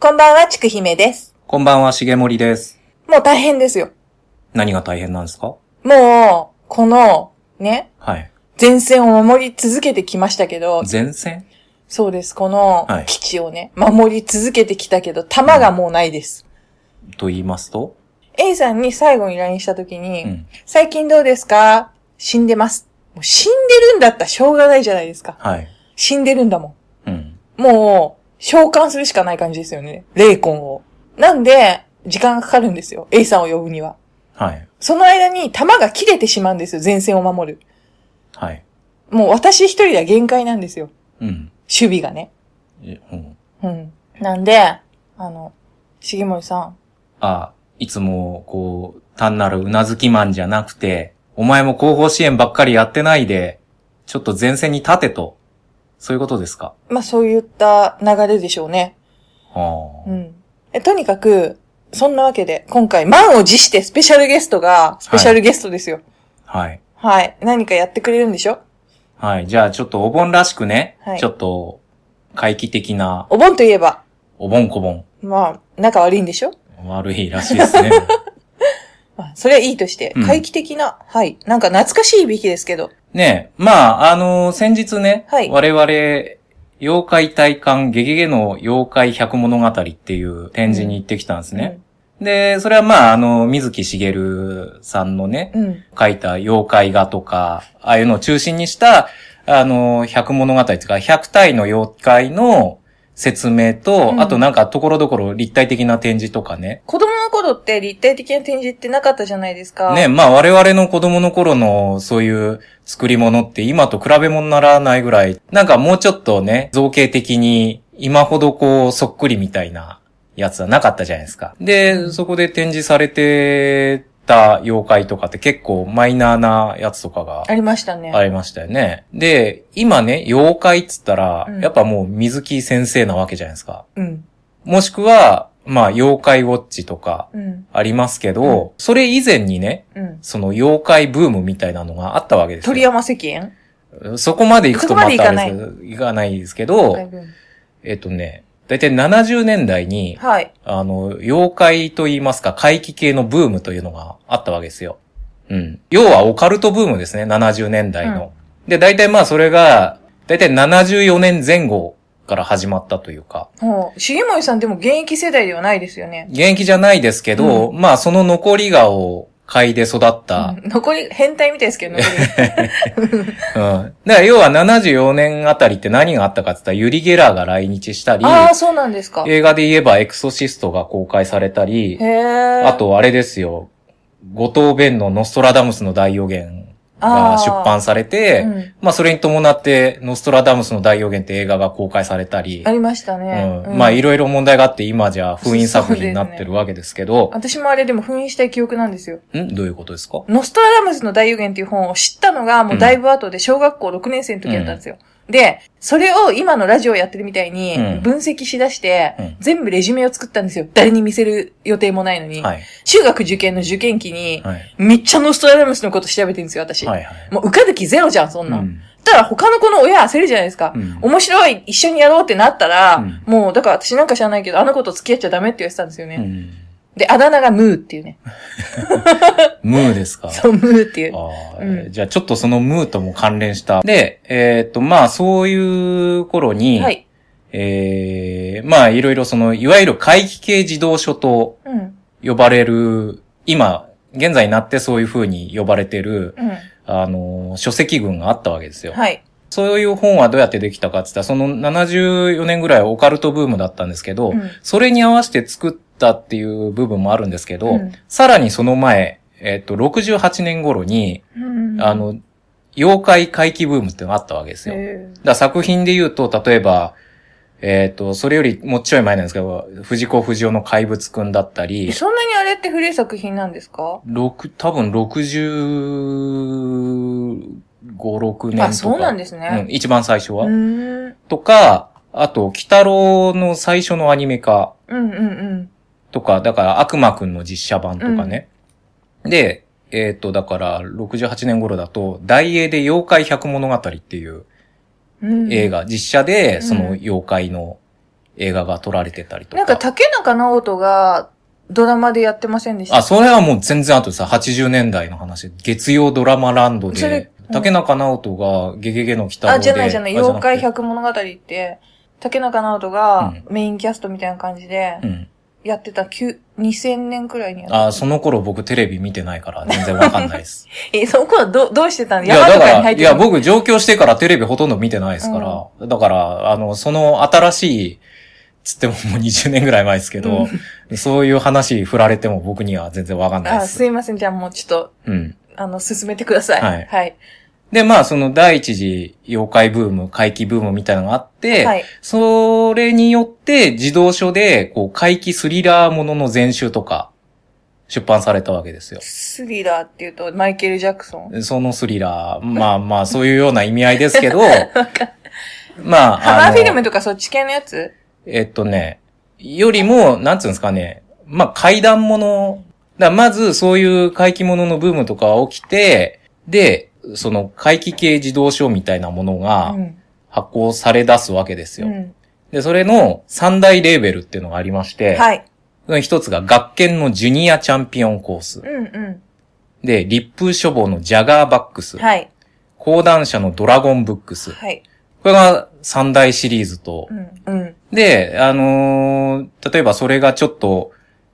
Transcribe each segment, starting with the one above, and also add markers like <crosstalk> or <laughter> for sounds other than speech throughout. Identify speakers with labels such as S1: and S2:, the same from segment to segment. S1: こんばんは、ちくひめです。
S2: こんばんは、しげもりです。
S1: もう大変ですよ。
S2: 何が大変なんですか
S1: もう、この、ね、
S2: はい。
S1: 前線を守り続けてきましたけど、
S2: 前線
S1: そうです、この
S2: はい
S1: 基地をね、守り続けてきたけど、弾がもうないです。
S2: と言いますと
S1: A さんに最後に LINE した時に、
S2: うん。
S1: 最近どうですか死んでます。もう死んでるんだったらしょうがないじゃないですか。
S2: はい。
S1: 死んでるんだも
S2: うん。
S1: ん。もう、召喚するしかない感じですよね。霊魂を。なんで、時間がかかるんですよ。A さんを呼ぶには。
S2: はい。
S1: その間に弾が切れてしまうんですよ、前線を守る。
S2: はい。
S1: もう私一人では限界なんですよ、
S2: うん。
S1: 守備がね。
S2: えうん、
S1: うん。なんで、あの、重森さん。
S2: あ、いつも、こう、単なるうなずきマンじゃなくて、お前も後方支援ばっかりやってないで、ちょっと前線に立てと。そういうことですか
S1: まあそういった流れでしょうね。
S2: はあ、
S1: うん。えとにかく、そんなわけで、今回満を持してスペシャルゲストが、スペシャルゲストですよ。
S2: はい。
S1: はい。何かやってくれるんでしょ
S2: はい。じゃあ、ちょっとお盆らしくね。
S1: はい
S2: ちょっと、回帰的な、
S1: お盆といえば、
S2: お盆こぼん。
S1: まあ、仲悪いんでしょ
S2: 悪いらしいですね。
S1: まあ、それはいいとして
S2: う、ん
S1: 回帰的な、はい。なんか懐かしいいびきですけど。
S2: ねえ、まあ、あの先日ね、
S1: はい
S2: 我々、妖怪体感ゲゲゲの妖怪百物語っていう展示に行ってきたんですね。で、それはまあ、あの、水木しげるさんのね、
S1: うん。うん。
S2: 書いた妖怪画とか、ああいうのを中心にした、あの、百物語っていうか、百体の妖怪の説明と、
S1: うん
S2: あとなんかところどころ立体的な展示とかね。
S1: 子供の頃って立体的な展示ってなかったじゃないですか。
S2: ね、まあ我々の子供の頃のそういう作り物って今と比べ物にならないぐらい、なんかもうちょっとね、造形的に今ほどこうそっくりみたいなやつはなかったじゃないですか。で、そこで展示されてた妖怪とかって結構マイナーなやつとかが
S1: ありましたね。
S2: ありましたよね。で、今ね、妖怪っつったら
S1: うん、
S2: やっぱもう水木先生なわけじゃないですか。
S1: うん。
S2: もしくは、まあ妖怪ウォッチとか
S1: うん。
S2: ありますけど、それ以前にね、
S1: うん。
S2: その妖怪ブームみたいなのがあったわけです
S1: 鳥
S2: よ。
S1: 山石燕
S2: そこまで行くとまたあれです
S1: そ
S2: けどいかないですけど、えっとね、だいたい70年代に、
S1: はい。
S2: あの、妖怪と言いますか、怪奇系のブームというのがあったわけですよ。うん。要はオカルトブームですね、70年代の。で、だいたいまあそれが、だいたい74年前後から始まったというか、
S1: もう、重森さんでも現役世代ではないですよね。
S2: 現役じゃないですけど、まあその残りがを買いで育った、
S1: うん残り、変態みたいですけど、残
S2: うん。だから要は74年あたりって何があったかって言ったら、ユリ・ゲラーが来日したり
S1: り。、ああ、そうなんですか。へ
S2: 映画で言えばエクソシストが公開されたり、
S1: え。
S2: あ、とあれですよ、後藤弁のノストラダムスの大予言
S1: あー
S2: が出版されて、
S1: うん
S2: まあそれに伴って、ノストラダムスの大予言って映画が公開されたり
S1: あ、りましたね。
S2: うんまあい
S1: ろ。
S2: ろいろ問題があって今じゃ封印作品になってるわけですけど、
S1: 私もあれでも封印したい記憶なんですよ。
S2: んどういうことですか
S1: ノストラダムスの大予言っていう本を知ったのがもうだいぶ後で小学校6年生の時だったんですよ。で、それを今のラジオやってるみたいに
S2: うん
S1: 分析しだして、
S2: うん
S1: 全部レジュメを作ったんですよ。誰に見せる予定もないのに。
S2: はい。
S1: 中学受験の受験期に、
S2: はい。
S1: めっちゃノストラダムスのこと調べてるんですよ、私。
S2: はいはい。
S1: もう受かる気ゼロじゃん、そん
S2: う
S1: なん。
S2: ん
S1: たら他の子の親焦るじゃないですか。
S2: うん
S1: 面白い、一緒にやろうってなったら、
S2: うん
S1: もう、だから私なんか知らないけど、あの子と付き合っちゃダメって言われてたんですよね。
S2: うん
S1: で、あだ名がムーっていうね。
S2: ムーですか
S1: そう、ムーっていう。
S2: ああ、
S1: うん
S2: じゃあちょっとそのムーとも関連した。で、えっ、と、まあそういう頃に、
S1: はい。
S2: ええまあいろいろその、いわゆる回帰系児童書と
S1: うん。
S2: 呼ばれる、今、現在になってそういう風に呼ばれてる、
S1: う
S2: あの、書籍群があったわけですよ。
S1: ん。はい。
S2: そういう本はどうやってできたかって言ったら、その74年ぐらいオカルトブームだったんですけど、
S1: うん
S2: それに合わせて作ったっていう部分もあるんですけど、
S1: うん
S2: さらにその前、えっ、と、68年頃に、
S1: うん
S2: あ、の、妖怪回帰ブームっていうのがあったわけですよ。だか
S1: えー
S2: ら作品で言うと、例えば、えっ、と、それよりもうちょい前なんですけど、藤子不二雄の怪物くんだったり、
S1: そんなにあれって古い作品なんですか
S2: 六多分65、6年とか。
S1: あ、そうなんです
S2: うん
S1: ね。
S2: 一番最初
S1: う
S2: は。
S1: ーん。
S2: とか、あと、鬼太郎の最初のアニメ化
S1: うんうん
S2: とか、だから悪魔くんの実写版とかね。で、えっ、と、だから、68年頃だと、大英で妖怪百物語っていう、
S1: うん。うん
S2: 映。画、実写で、その
S1: うん
S2: 妖怪の映画が撮られてたりと
S1: なん
S2: か。
S1: か竹中直人がドラマでやってませんでした
S2: あ、それはもう全然後でさ、80年代の話。月曜ドラマランド
S1: それう
S2: で、
S1: ん
S2: 竹中直人がゲゲゲの鬼太郎で。
S1: あ、じゃないじゃない。
S2: あ
S1: 妖怪
S2: くて
S1: 百物語って、竹中直人が
S2: うん
S1: メインキャストみたいな感じで
S2: うん。
S1: やってた、きゅ2000年くらいにやった。
S2: あ、その頃僕テレビ見てないから全然わかんな
S1: <laughs>
S2: いです。
S1: え、そこはど、どうしてたの
S2: いや、
S1: 山
S2: だ
S1: と
S2: か
S1: かに
S2: ら、
S1: 入っ
S2: い
S1: てた
S2: や、
S1: の
S2: 僕上京してからテレビほとんど見てないですから、だから、あの、その新しい、つってももう20年ぐらい前ですけど、そういう話振られても僕には全然わかんないで
S1: あ、
S2: す。
S1: すいません。じゃあもうちょっと、
S2: うん。
S1: あの、進めてください。
S2: はい
S1: はい。
S2: で、まあ、その第一次妖怪ブーム、怪奇ブームみたいなのがあって、
S1: はい。
S2: それによって自動書で、こう、怪奇スリラーものの全集とか、出版されたわけですよ。
S1: スリラーっていうと、マイケル・ジャクソン。
S2: そのスリラー、まあまあ、そういうような意味合いです
S1: <laughs>
S2: けど、まあ、
S1: ハマ
S2: あ
S1: ー
S2: の
S1: フィルムとかそっち系のやつ
S2: えっとね、よりも、なんつうんですかね、まあ、怪談もの、だからまずそういう怪奇もののブームとかが起きて、で、その怪奇系自動書みたいなものが
S1: うん。
S2: 発行され出すわけですよ。
S1: うん
S2: で、それの三大レーベルっていうのがありまして、
S1: はい。
S2: その一つが学研のジュニアチャンピオンコース
S1: う。んう
S2: で、立風書房のジャガーバックス。
S1: ん。はい。
S2: 講談社のドラゴンブックス。
S1: はい。
S2: これが三大シリーズと
S1: う、ん。うん。
S2: で、あのー例えばそれがちょっと、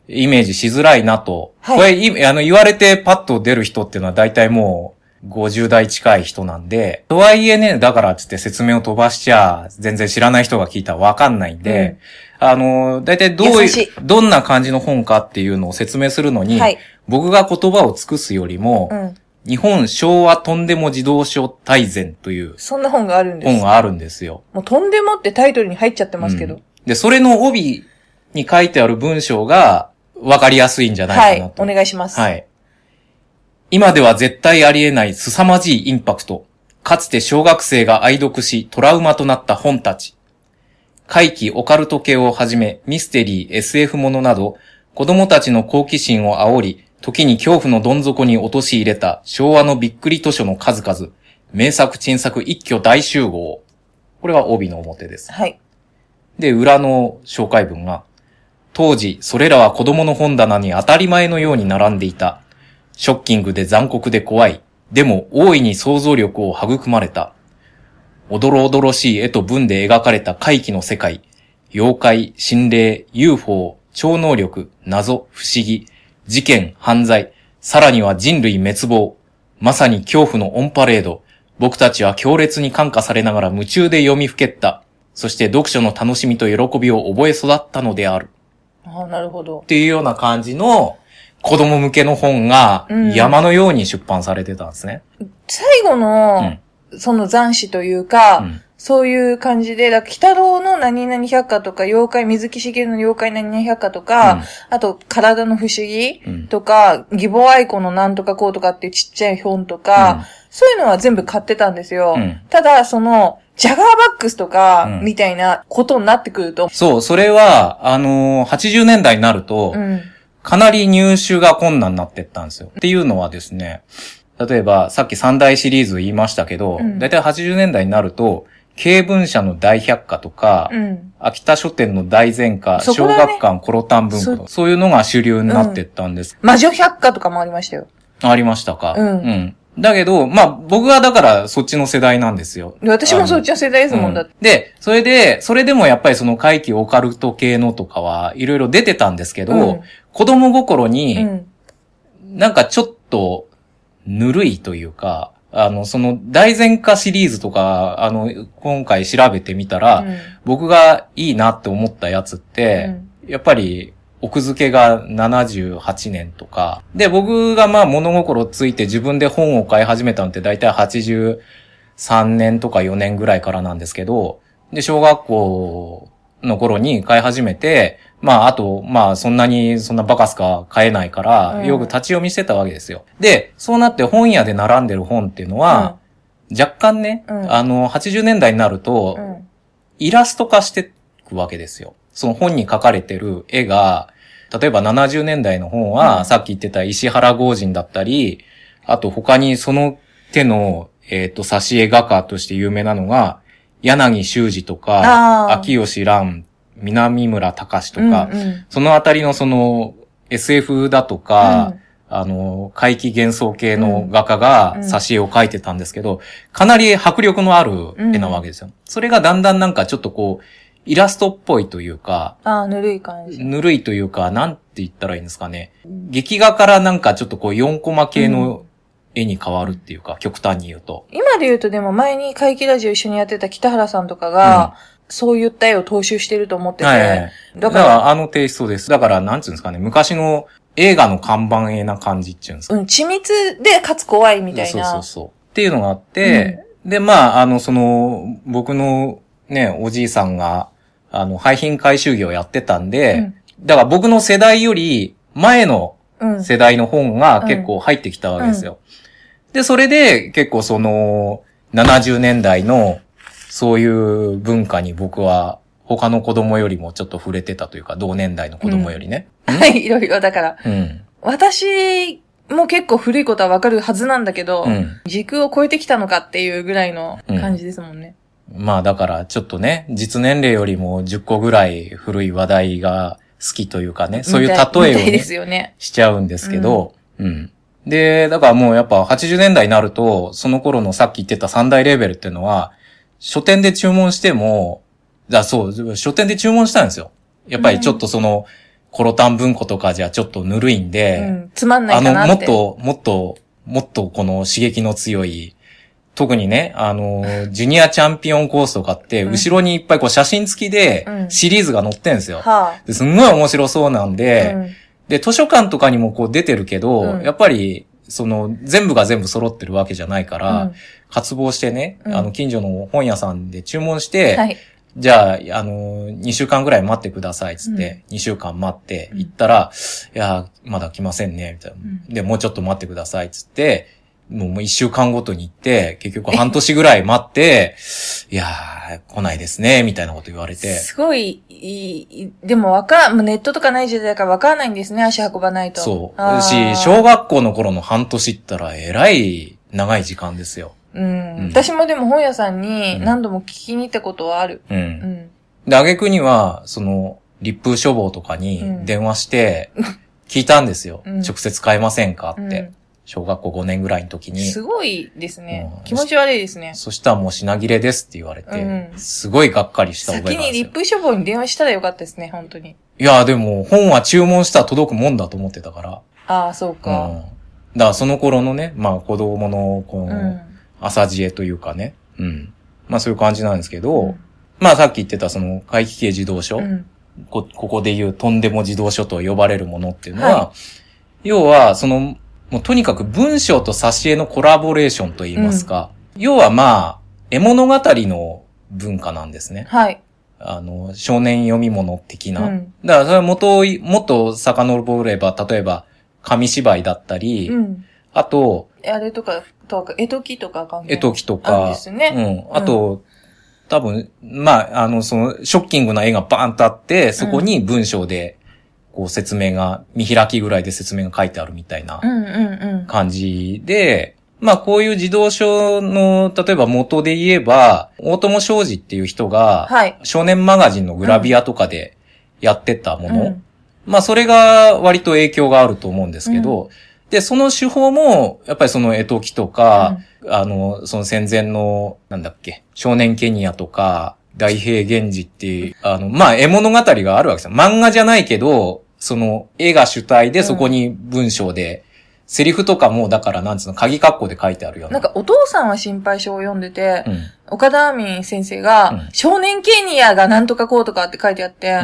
S2: イメージしづらいなと。
S1: はい
S2: これい、あの、言われてパッと出る人っていうのは大体もう、50代近い人なんで、とはいえね、だからっつって説明を飛ばしちゃ、全然知らない人が聞いたらわかんないんで、あのー、大体どう
S1: 優
S2: い、
S1: しいう
S2: どんな感じの本かっていうのを説明するのに、
S1: はい。
S2: 僕が言葉を尽くすよりも、
S1: うん。
S2: 日本昭和とんでも自動書大全という
S1: そんな本があるんです。
S2: 本があるんですよ。
S1: もう、とんでもってタイトルに入っちゃってますけど。
S2: うんで、それの帯に書いてある文章が分かりやすいんじゃ
S1: は
S2: ない
S1: い
S2: かな。と。
S1: お願いします。
S2: はい。今では絶対ありえない凄まじいインパクト。かつて小学生が愛読しトラウマとなった本たち。怪奇オカルト系をはじめ、ミステリー、SF ものなど、子供たちの好奇心を煽り、時に恐怖のどん底に陥れた昭和のびっくり図書の数々。名作、珍作、一挙大集合。これは帯の表です。
S1: はい。
S2: で、裏の紹介文が、当時、それらは子供の本棚に当たり前のように並んでいた。ショッキングで残酷で怖い。でも、大いに想像力を育まれた。おどろおどろしい絵と文で描かれた怪奇の世界。妖怪、心霊、UFO、超能力、謎、不思議、事件、犯罪、さらには人類滅亡。まさに恐怖のオンパレード。僕たちは強烈に感化されながら夢中で読みふけった。そして読書の楽しみと喜びを覚え育ったのである。
S1: ああ、なるほど
S2: っ。ていうような感じの子供向けの本が
S1: うん
S2: 山のように出版されてたんですね。
S1: 最後の、その残死というか、
S2: うん
S1: そういう感じで、だから北郎の何々百科とか、妖怪、水木しげるの妖怪何々百科とか、あと、体の不思議
S2: うんうん
S1: とか、義母愛子のなんとかこうとかっていうちっちゃい本とか、そういうのは全部買ってたんですよ。
S2: うん
S1: ただ、その、ジャガーバックスとか、
S2: うん
S1: みたいなことになってくると、
S2: そう、それは、あのー80年代になると、
S1: うん。
S2: かなり入手が困難になってったんですよ。っていうのはですね、例えばさっき三大シリーズ言いましたけど、
S1: うん
S2: だいたい80年代になると、経文社の大百科とか、
S1: うん。
S2: 秋田書店の大全科、
S1: そこ
S2: 小
S1: だね
S2: 学館コロタン文庫とかそういうのが主流になってったんです。
S1: 魔女百科とかもありましたよ。
S2: ありましたか、
S1: うん
S2: だけど、まあ僕はだからそっちの世代なんですよ。
S1: で私もそっちの世代ですもんだって。
S2: うんで、それで、それでもやっぱりその怪奇オカルト系のとかはいろいろ出てたんですけど、
S1: うん
S2: 子供心に、
S1: うん。
S2: なんかちょっと、ぬるいというか、あの、その、大前科シリーズとか、あの、今回調べてみたら、僕がいいなって思ったやつって、やっぱり、奥付けが78年とか。で、僕がまあ物心ついて自分で本を買い始めたのって大体83年とか4年ぐらいからなんですけど、で、小学校の頃に買い始めて、まああと、まあそんなにそんなバカすか買えないか
S1: う
S2: ら、
S1: ん
S2: よく立ち読みしてたわけですよ。で、そうなって本屋で並んでる本っていうのは、若干ね、
S1: うん
S2: あの、80年代になる
S1: う
S2: と、
S1: ん、うん。
S2: イラスト化してくわけですよ。その本に描かれてる絵が、例えば70年代の本は、
S1: うん
S2: さっき言ってた石原豪人だったり、あと他にその手の、えっ、と、挿絵画家として有名なのが、柳修二とか、
S1: あー
S2: 秋吉蘭南村隆と
S1: うん
S2: か、
S1: うん
S2: そのあたりのその SF だとか、あの、怪奇幻想系の画家が
S1: うん
S2: 挿絵を描いてたんですけど、かなり迫力のある絵なわけですよ。それがだんだんなんかちょっとこう、イラストっぽいというか、
S1: ああ、ぬるい感じ。
S2: ぬるいというか、なんて言ったらいいんですかね。劇画からなんかちょっとこう4コマ系の絵に変わるっていうか、極端に言うと。
S1: 今で言うとでも前に怪奇ラジオ一緒にやってた北原さんとかが、そういった絵を踏襲してると思ってて、
S2: はい。
S1: だ
S2: だ
S1: か、
S2: からら、あのテイストです。だから、なんていうんですかね、昔の映画の看板絵な感じっていうんですか
S1: うん、緻密でかつ怖いみたいな。
S2: そうそうそう。っていうのがあって、で、まあ、あの、その、僕のね、おじいさんが、あの、廃品回収業やってたんで、だから僕の世代より前の
S1: うん。うん。
S2: 世代の本が結構入ってきたわけですよ。で、それで結構その、70年代のそういう文化に僕は他の子供よりもちょっと触れてたというか、同年代の子供よりね。
S1: はい、いろいろ。だから、
S2: うん。
S1: 私も結構古いことはわかるはずなんだけど、
S2: うん。
S1: 時空を超えてきたのかっていうぐらいの感じですもんね。
S2: まあだからちょっとね、実年齢よりも10個ぐらい古い話題が好きというかね、そういう例え
S1: み
S2: を
S1: たいで
S2: ね、
S1: すよね。
S2: しちゃうんですけど、うん、で、だからもうやっぱ80年代になると、その頃のさっき言ってた三大レーベルっていうのは、書店で注文しても、だそう、書店で注文したんですよ。やっぱりちょっとその、コロタン文庫とかじゃちょっとぬるいんで、
S1: うん。つまんな
S2: あ
S1: いか
S2: の、
S1: な
S2: も
S1: っ。
S2: ってと、もっと、もっとこの刺激の強い、特にね、あの、
S1: <laughs>
S2: ジュニアチャンピオンコースとかって、
S1: うん
S2: 後ろにいっぱいこう写真付きで
S1: う、ん
S2: シリーズが載ってんですよ。
S1: は
S2: ですんごい面白そうなん
S1: あ、
S2: で、
S1: うん
S2: で、図書館とかにもこう出てるけど、
S1: うん
S2: やっぱり、その、全部が全部揃ってるわけじゃないから、渇望してね、
S1: うん
S2: あの、近所の本屋さんで注文し
S1: う
S2: て、
S1: んはい。
S2: じゃあ、あの、2週間ぐらい待ってください、つって、2週間待って、
S1: うん
S2: 行ったら、いや、まだ来ませんね、みたいな。
S1: ん
S2: で、もうちょっと待ってください、つって、もう1週間ごとに行って、結局半年ぐらい待って、いやー、来ないですね、みたいなこと言われて。
S1: すごい、いい、でもわか、もうネットとかない時代だからわからないんですね、足運ばないと。
S2: そう。
S1: あー
S2: し、小学校の頃の半年ったら、えらい長い時間ですよ。
S1: うん。
S2: うん
S1: 私もでも本屋さんに
S2: うん
S1: 何度も聞きに行ったことはある。
S2: う。
S1: うんん。
S2: で、挙句には、その、立風処方とかに電話して、聞いたんですよ。
S1: うん
S2: 直接買えませんか
S1: う
S2: っ
S1: ん
S2: て。小学校5年ぐらいの時に、
S1: すごいですね
S2: う。ん
S1: 気持ち悪いですね。
S2: そしたらもう品切れですって言われ
S1: う
S2: て、
S1: ん
S2: すごいがっかりした覚え
S1: 先
S2: がある
S1: に
S2: んです
S1: 立
S2: よ。
S1: 風処方に電話したらよかったですね、本当に。
S2: いや、でも本は注文したら届くもんだと思ってたか
S1: ああ、そう
S2: ら。う
S1: か。
S2: ん。だからその頃のね、まあ子供のこ
S1: うん。
S2: の朝知恵というかね、うん。まあそういう感じなんですけど、
S1: うん
S2: まあさっき言ってたその怪奇系児童書、
S1: うん
S2: こ、ここで言うとんでも児童書と呼ばれるものっていうのは、
S1: は
S2: 要は、その、もうとにかく文章と挿絵のコラボレーションと言いますか、要はまあ、絵物語の文化なんですね。
S1: はい。
S2: あの、少年読み物的
S1: う
S2: な。
S1: ん。
S2: だからそれは元をい、もっと遡れば、例えば、紙芝居だったり、
S1: うん。
S2: あと、
S1: あれとか、とか、絵ときとか関係
S2: 絵ときと
S1: あるん
S2: か
S1: で、すね。
S2: うん。あと、多分、まあ、あの、その、ショッキングな絵がバーンとあって、そこに文章で、こう説明が、見開きぐらいで説明が書いてあるみたいな
S1: うんうん
S2: 感じで、まあ、こういう児童書の、例えば元で言えば、大友商事っていう人が、
S1: はい
S2: 少年マガジンのグラビアとかでやってたも
S1: うん。
S2: の、
S1: うん
S2: まあ、それが割と影響があると思うんですけど、で、その手法も、やっぱりその絵ときとか、あの、その戦前の、なんだっけ、少年ケニアとか、大平原寺っていう、あの、まあ、絵物語があるわけですよ。漫画じゃないけど、その、絵が主体で、
S1: うん
S2: そこに文章で、セリフとかも、だから、なんつうの、鍵括弧で書いてあるよう
S1: な
S2: な。
S1: んか、お父さんは心配性を読んでて、
S2: うん、
S1: 岡田アミ先生
S2: う
S1: が
S2: ん、
S1: 少年ケニアがなんとかこうとかって書いてあって、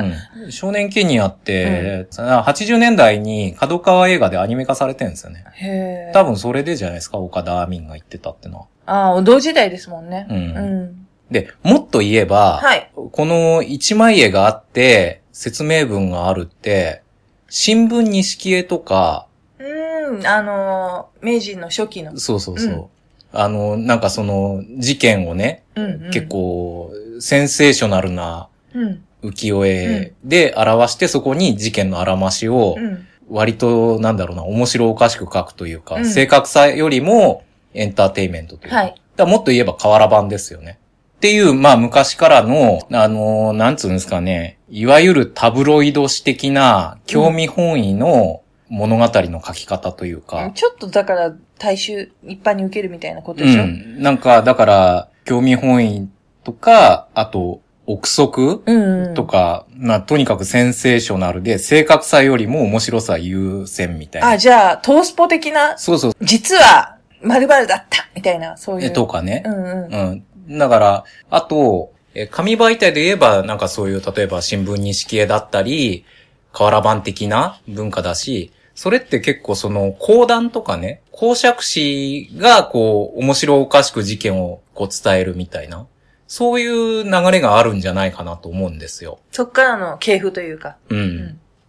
S2: うん。少年ケニアって、80年代に角川映画でアニメ化されてるんですよね。
S1: へえ。
S2: 多分それでじゃないですか、岡田アミンが言ってたってのは。
S1: ああ、同時代ですもんね。
S2: うん
S1: うん。
S2: で、もっと言えば、
S1: はい。
S2: この一枚絵があって、説明文があるって、新聞に色絵とか、
S1: うん、あのー、明治の初期の。
S2: そうそうそう。あの、なんかその、事件をね、
S1: うん、うん。
S2: 結。構、センセーショナルな
S1: うん。
S2: 浮世絵で表して、そこに事件のあらましを
S1: う、ん。
S2: 割と、なんだろうな、面白おかしく描くというか、
S1: うん
S2: 正確さよりも、エンターテインメントというか。
S1: はい
S2: だからもっと言えば、瓦版ですよね。っていう、まあ昔からの、あのーなんつうんですかね、いわゆるタブロイド史的な興味本位の物語の書き方というか、
S1: ちょっとだから、大衆、一般に受けるみたいなこと
S2: う
S1: でしょ、
S2: ん。なんか、だから、興味本位とか、あと、憶測
S1: うん、
S2: と。か、まあ、とにかくセンセーショナルで、正確さよりも面白さ優先みたい
S1: あ、
S2: な。
S1: じゃあ、トースポ的な、
S2: そうそう、
S1: 実は、〇〇だったみたいな、そういう。
S2: えとかね
S1: う。んうん。
S2: うん。だから、あと、え紙媒体で言えば、なんかそういう、例えば新聞錦絵だったり、瓦版的な文化だし、それって結構その、講談とかね、公爵士がこう、面白おかしく事件をこう伝えるみたいな、そういう流れがあるんじゃないかなと思うんですよ。
S1: そっからの系譜というか。
S2: う。。
S1: うん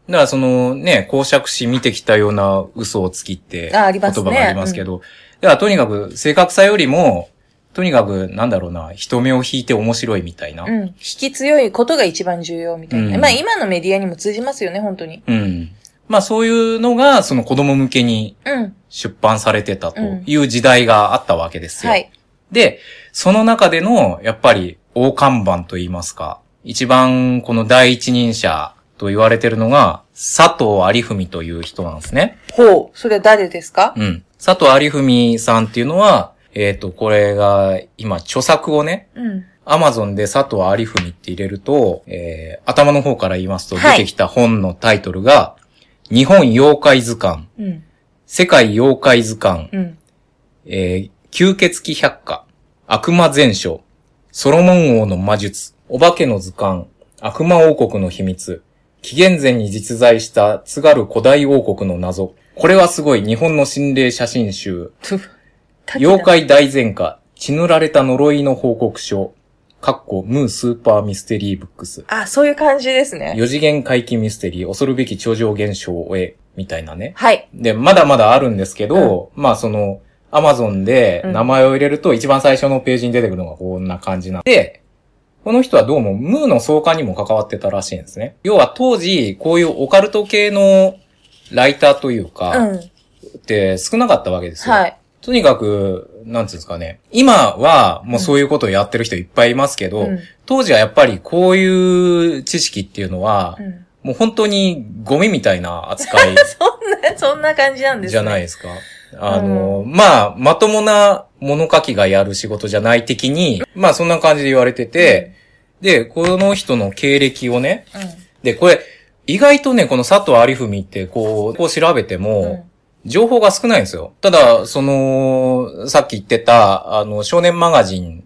S2: だからそのね、公爵士見てきたような嘘をつきって言
S1: あありますね
S2: 葉がありますけど、だからとにかく正確さよりも、とにかくなんだろうな、人目を引いて面白いみたいな。
S1: うん。引き強いことが一番重要みたいな。
S2: うん
S1: まあ、今のメディアにも通じますよね、本当に。
S2: うんまあそういうのがその子供向けに
S1: うん。
S2: 出版されてたという時代があったわけですよ。
S1: はい。
S2: で、その中での、やっぱり、大看板と言いますか、一番この第一人者と言われてるのが、佐藤有文という人なんですね。
S1: ほう。それは誰ですか
S2: うん。佐藤有文さんっていうのは、えっ、と、これが、今、著作をね、
S1: うん。
S2: アマゾンで佐藤有文って入れると、えー頭の方から言いますと、
S1: は
S2: 出
S1: い
S2: てきた本のタイトルが、日本妖怪図鑑、
S1: うん。
S2: 世界妖怪図鑑、
S1: うん。
S2: えー吸血鬼百科、悪魔全書、ソロモン王の魔術、お化けの図鑑、悪魔王国の秘密、紀元前に実在した津軽古代王国の謎、これはすごい日本の心霊写真集、
S1: つタチだ
S2: 妖怪大前科、血塗られた呪いの報告書、カッコ、ムースーパーミステリーブックス、
S1: あ、そういう感じですね。
S2: 4次元怪奇ミステリー、恐るべき超常現象を追え、みたいなね。
S1: はい。
S2: で、まだまだあるんですけど、まあその、アマゾンで名前を入れると一番最初のページに出てくるのがこんな感じなんで、この人はどうもムーの創刊にも関わってたらしいんですね。要は当時、こういうオカルト系のライターという
S1: う
S2: か、
S1: ん。
S2: って少なかったわけですよ。
S1: はい。
S2: とにかく、なんつうんですかね。今は、もうそういうことをやってる人いっぱいいますけど、
S1: うん
S2: 当時はやっぱりこういう知識っていうのは、
S1: うん
S2: もう本当にゴミみたいな扱い
S1: そんな、 <laughs> そんな感じなんです
S2: じゃない
S1: い。
S2: ですか。あの、まあ、まともな物書きがやる仕事じゃない的に、まあそんな感じで言われてて、で、この人の経歴をね、
S1: うん。
S2: で、これ、意外とね、この佐藤有文って、こう、こう調べても、
S1: うん
S2: 情報が少ないんですよ。ただ、その、さっき言ってた、あの、少年マガジン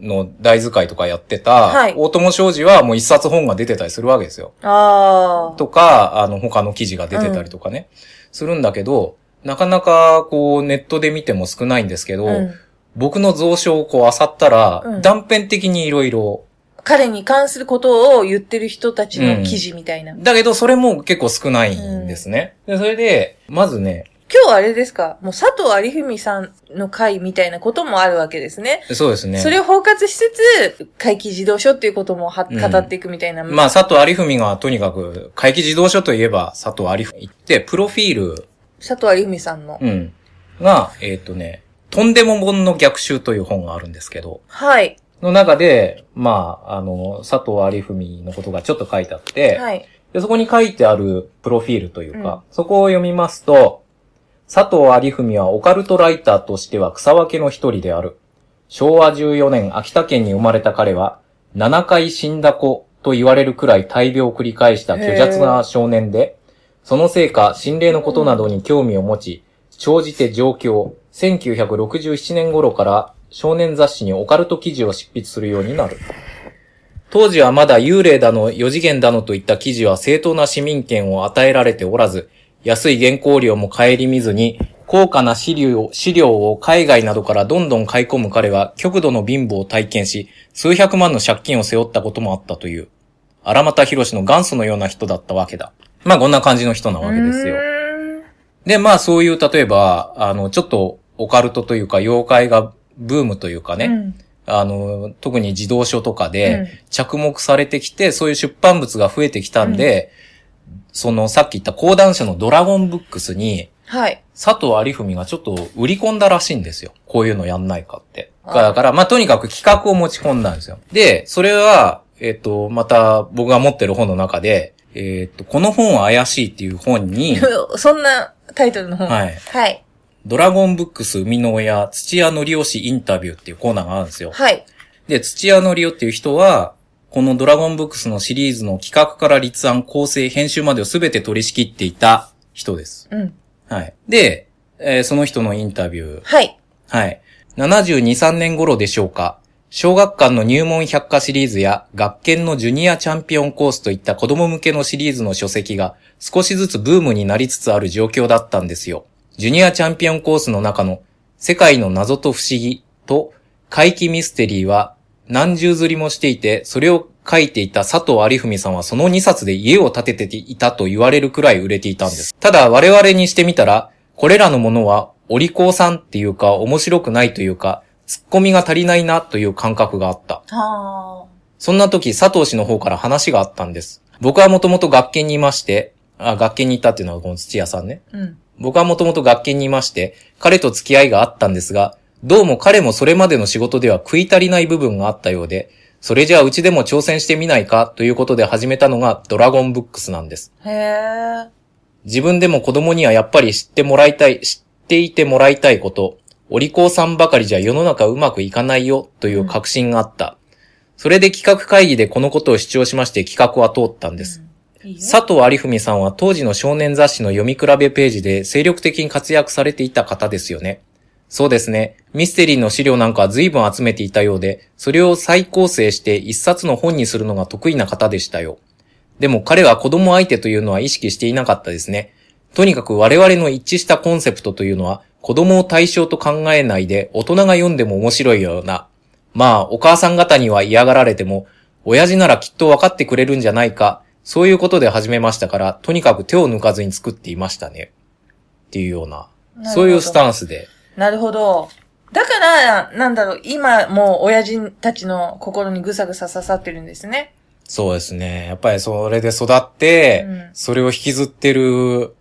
S2: の大図解とかやってた、
S1: はい
S2: 大友商事はもう一冊本が出てたりするわけですよ。
S1: ああ。
S2: とか、あの、他の記事が出てたりとかね、するんだけど、なかなか、こう、ネットで見ても少ないんですけど、
S1: うん
S2: 僕の蔵書をこう、漁ったら、
S1: うん
S2: 断片的にいろいろ、
S1: 彼に関することを言ってる人たちの記事みたいな。今
S2: だけど、それも結構少ないんですね。でそれで、まずね、
S1: 日あれですかもう佐藤有文さんの会みたいなこともあるわけですね。
S2: そうですね。
S1: それを包括しつつ、怪奇児童書っていうこともは
S2: うん
S1: 語っていくみたいな。
S2: まあ、佐藤有文がとにかく、怪奇自動書といえば佐藤有文って、プロフィール、
S1: 佐藤有文さんの。
S2: うん、が、えっ、とね、とんでも本の逆襲という本があるんですけど、
S1: はい。
S2: の中で、まあ、あの、佐藤有文のことがちょっと書いてあって、
S1: はい。
S2: で、そこに書いてあるプロフィールという
S1: うん
S2: か、そこを読みますと、佐藤有文はオカルトライターとしては草分けの一人である。昭和14年秋田県に生まれた彼は、7回死んだ子と言われるくらい大病を繰り返した虚弱な少年で、そのせいか心霊のことなどに興味を持ち、長じて上京、1967年頃から少年雑誌にオカルト記事を執筆するようになる。当時はまだ幽霊だの、四次元だのといった記事は正当な市民権を与えられておらず、安い原稿料も顧みずに、高価な資料資料を海外などからどんどん買い込む彼は極度の貧乏を体験し、数百万の借金を背負ったこともあったという、荒俣博の元祖のような人だったわけだ。まあこんな感じの人なわけですよ。
S1: うーん
S2: で、まあそういう、例えば、あの、ちょっとオカルトというか、妖怪がブームというかね、
S1: うん
S2: あの、特に児童書とか
S1: う
S2: で
S1: ん
S2: 着目されてきて、そういう出版物が増えてきたんで、そのさっき言った講談社のドラゴンブックスに、
S1: はい。 <laughs>
S2: 佐藤有文がちょっと売り込んだらしいんですよ。こういうのやんないかって。だから、まあ、とにかく企画を持ち込んだんですよ。で、それは、えっ、と、また僕が持ってる本の中で、えっ、と、この本は怪しいっていう本
S1: <laughs>
S2: に、
S1: そんなタイトルの本。
S2: はい
S1: はい。
S2: ドラゴンブックス生みの親、土屋のりお氏インタビューっていうコーナーがあるんですよ。
S1: はい。
S2: で、土屋のりおっていう人は、このドラゴンブックスのシリーズの企画から立案、構成、編集までを全て取り仕切っていた人です。
S1: うん。
S2: はい。で、えーその人のインタビュー。
S1: はい。
S2: はい。72、3年頃でしょうか。小学館の入門百科シリーズや学研のジュニアチャンピオンコースといった子供向けのシリーズの書籍が少しずつブームになりつつある状況だったんですよ。ジュニアチャンピオンコースの中の世界の謎と不思議と怪奇ミステリーは何十釣りもしていて、それを書いていた佐藤有文さんはその2冊で家を建てていたと言われるくらい売れていたんです。ただ我々にしてみたら、これらのものはお利口さんっていうか面白くないというか、ツッコミが足りないなという感覚があった。
S1: は
S2: そんな時、佐藤氏の方から話があったんです。僕はもともと学研にいまして、あ、学研にいたっていうのはこの土屋さんね。
S1: あ。うん。
S2: 僕はもともと学研にいまして、彼と付き合いがあったんですが、どうも彼もそれまでの仕事では食い足りない部分があったようで、それじゃあうちでも挑戦してみないかということで始めたのがドラゴンブックスなんです。
S1: へえ。
S2: 自分でも子供にはやっぱり知ってもらいたい、知っていてもらいたいこと、お利口さんばかりじゃ世の中うまくいかないよという確信があった。それで企画会議でこのことを主張しまして企画は通ったんです。
S1: うん。いいよ。
S2: 佐藤有文さんは当時の少年雑誌の読み比べページで精力的に活躍されていた方ですよね。そうですね。ミステリーの資料なんかは随分集めていたようで、それを再構成して一冊の本にするのが得意な方でしたよ。でも彼は子供相手というのは意識していなかったですね。とにかく我々の一致したコンセプトというのは、子供を対象と考えないで大人が読んでも面白いような。まあ、お母さん方には嫌がられても、親父ならきっと分かってくれるんじゃないか、そういうことで始めましたから、とにかく手を抜かずに作っていましたね。っていうような、
S1: なるほど
S2: そういうスタンスで。
S1: なるほど。だから、なんだろう、今もう親父たちの心にぐさぐさ刺さってるんですね。
S2: そうですね。やっぱりそれで育って、
S1: うん
S2: それを引きずってる、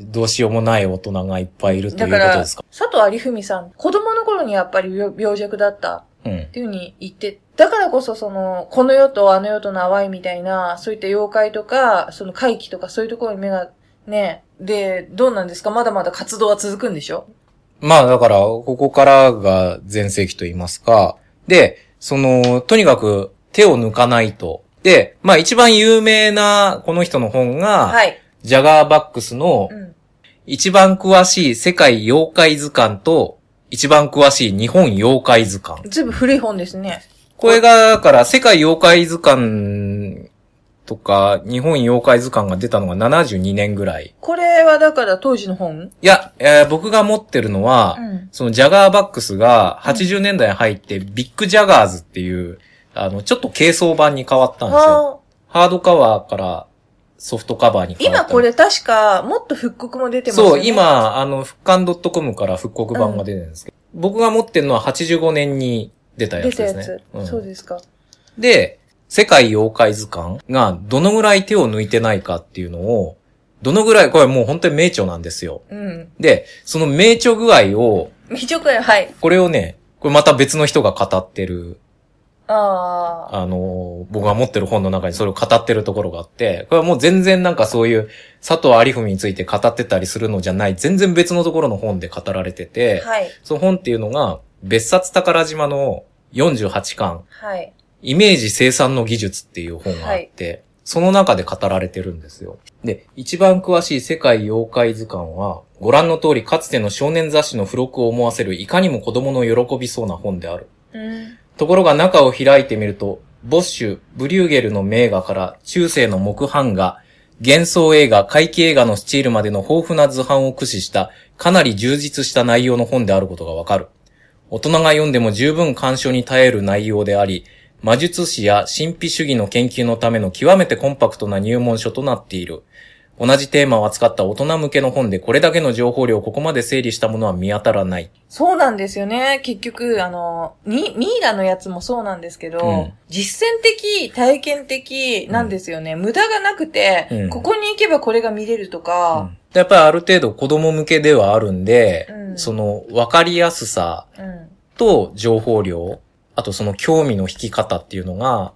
S2: どうしようもない大人がいっぱいいるとい
S1: だ
S2: う
S1: か
S2: こと
S1: ら、
S2: です
S1: 佐
S2: か。
S1: 藤有文さん、子供の頃にやっぱり病病弱だった
S2: うん
S1: っ。ていうふうに言って、だからこそその、この世とあの世との淡いみたいな、そういった妖怪とか、その怪奇とかそういうところに目が、ね、で、どうなんですかまだまだ活動は続くんでしょ
S2: まあだから、ここからが前世紀と言いますか。で、その、とにかく手を抜かないと。で、まあ一番有名なこの人の本が、
S1: はい。
S2: ジャガーバックスの
S1: うん。
S2: 一番詳しい世界妖怪図鑑と、一番詳しい日本妖怪図鑑。
S1: ずいぶん古い本ですね。
S2: これが、だから、世界妖怪図鑑とか、日本妖怪図鑑が出たのが72年ぐらい。
S1: これはだから当時の本
S2: いや、えー僕が持ってるのは、
S1: うん。
S2: そのジャガーバックスが80年代に入って、ビッグジャガーズっていう、あの、ちょっと軽装版に変わったんですよ。
S1: ああ。
S2: ハードカバーからソフトカバーに変わ
S1: 今
S2: った。
S1: これ確か、もっと復刻も出てますよ
S2: そ
S1: ね。
S2: う、。今、あの、復刊 .com から復刻版が出てるんですけど、僕が持ってるのは85年に出たや
S1: 出
S2: つ
S1: た
S2: で
S1: や
S2: す
S1: つ。
S2: ね。うん
S1: そうですか。
S2: で、世界妖怪図鑑がどのぐらい手を抜いてないかっていうのを、どのぐらい、これもう本当に名著なんですよ。
S1: うん。
S2: で、その名著具合を、
S1: 未直や、はい。
S2: これをね、これまた別の人が語ってる、
S1: ああ。
S2: あのー、僕が持ってる本の中にそれを語ってるところがあって、これはもう全然なんかそういう佐藤有文について語ってたりするのじゃない、全然別のところの本で語られてて、
S1: はい。
S2: その本っていうのが、別冊宝島の48巻、
S1: はい。
S2: イメージ生産の技術っていう本があって、その中で語られてるんですよ。で、一番詳しい世界妖怪図鑑は、ご覧の通りかつての少年雑誌の付録を思わせるいかにも子供の喜びそうな本である。
S1: うん。
S2: ところが中を開いてみると、ボッシュ、ブリューゲルの名画から中世の木版画、幻想映画、怪奇映画のスチールまでの豊富な図版を駆使した、かなり充実した内容の本であることがわかる。大人が読んでも十分鑑賞に耐える内容であり、魔術師や神秘主義の研究のための極めてコンパクトな入門書となっている。同じテーマを扱った大人向けの本でこれだけの情報量をここまで整理したものは見当たらない。
S1: そうなんですよね。結局、あの、ミミイラのやつもそうなんですけど、
S2: うん
S1: 実践的、体験的なんですよね。無駄がなくて、
S2: うん
S1: ここに行けばこれが見れるとか、
S2: やっぱりある程度子供向けではあるんで、
S1: うん
S2: その分かりやすさ
S1: うん。
S2: と情報量、あとその興味の引き方っていうのが、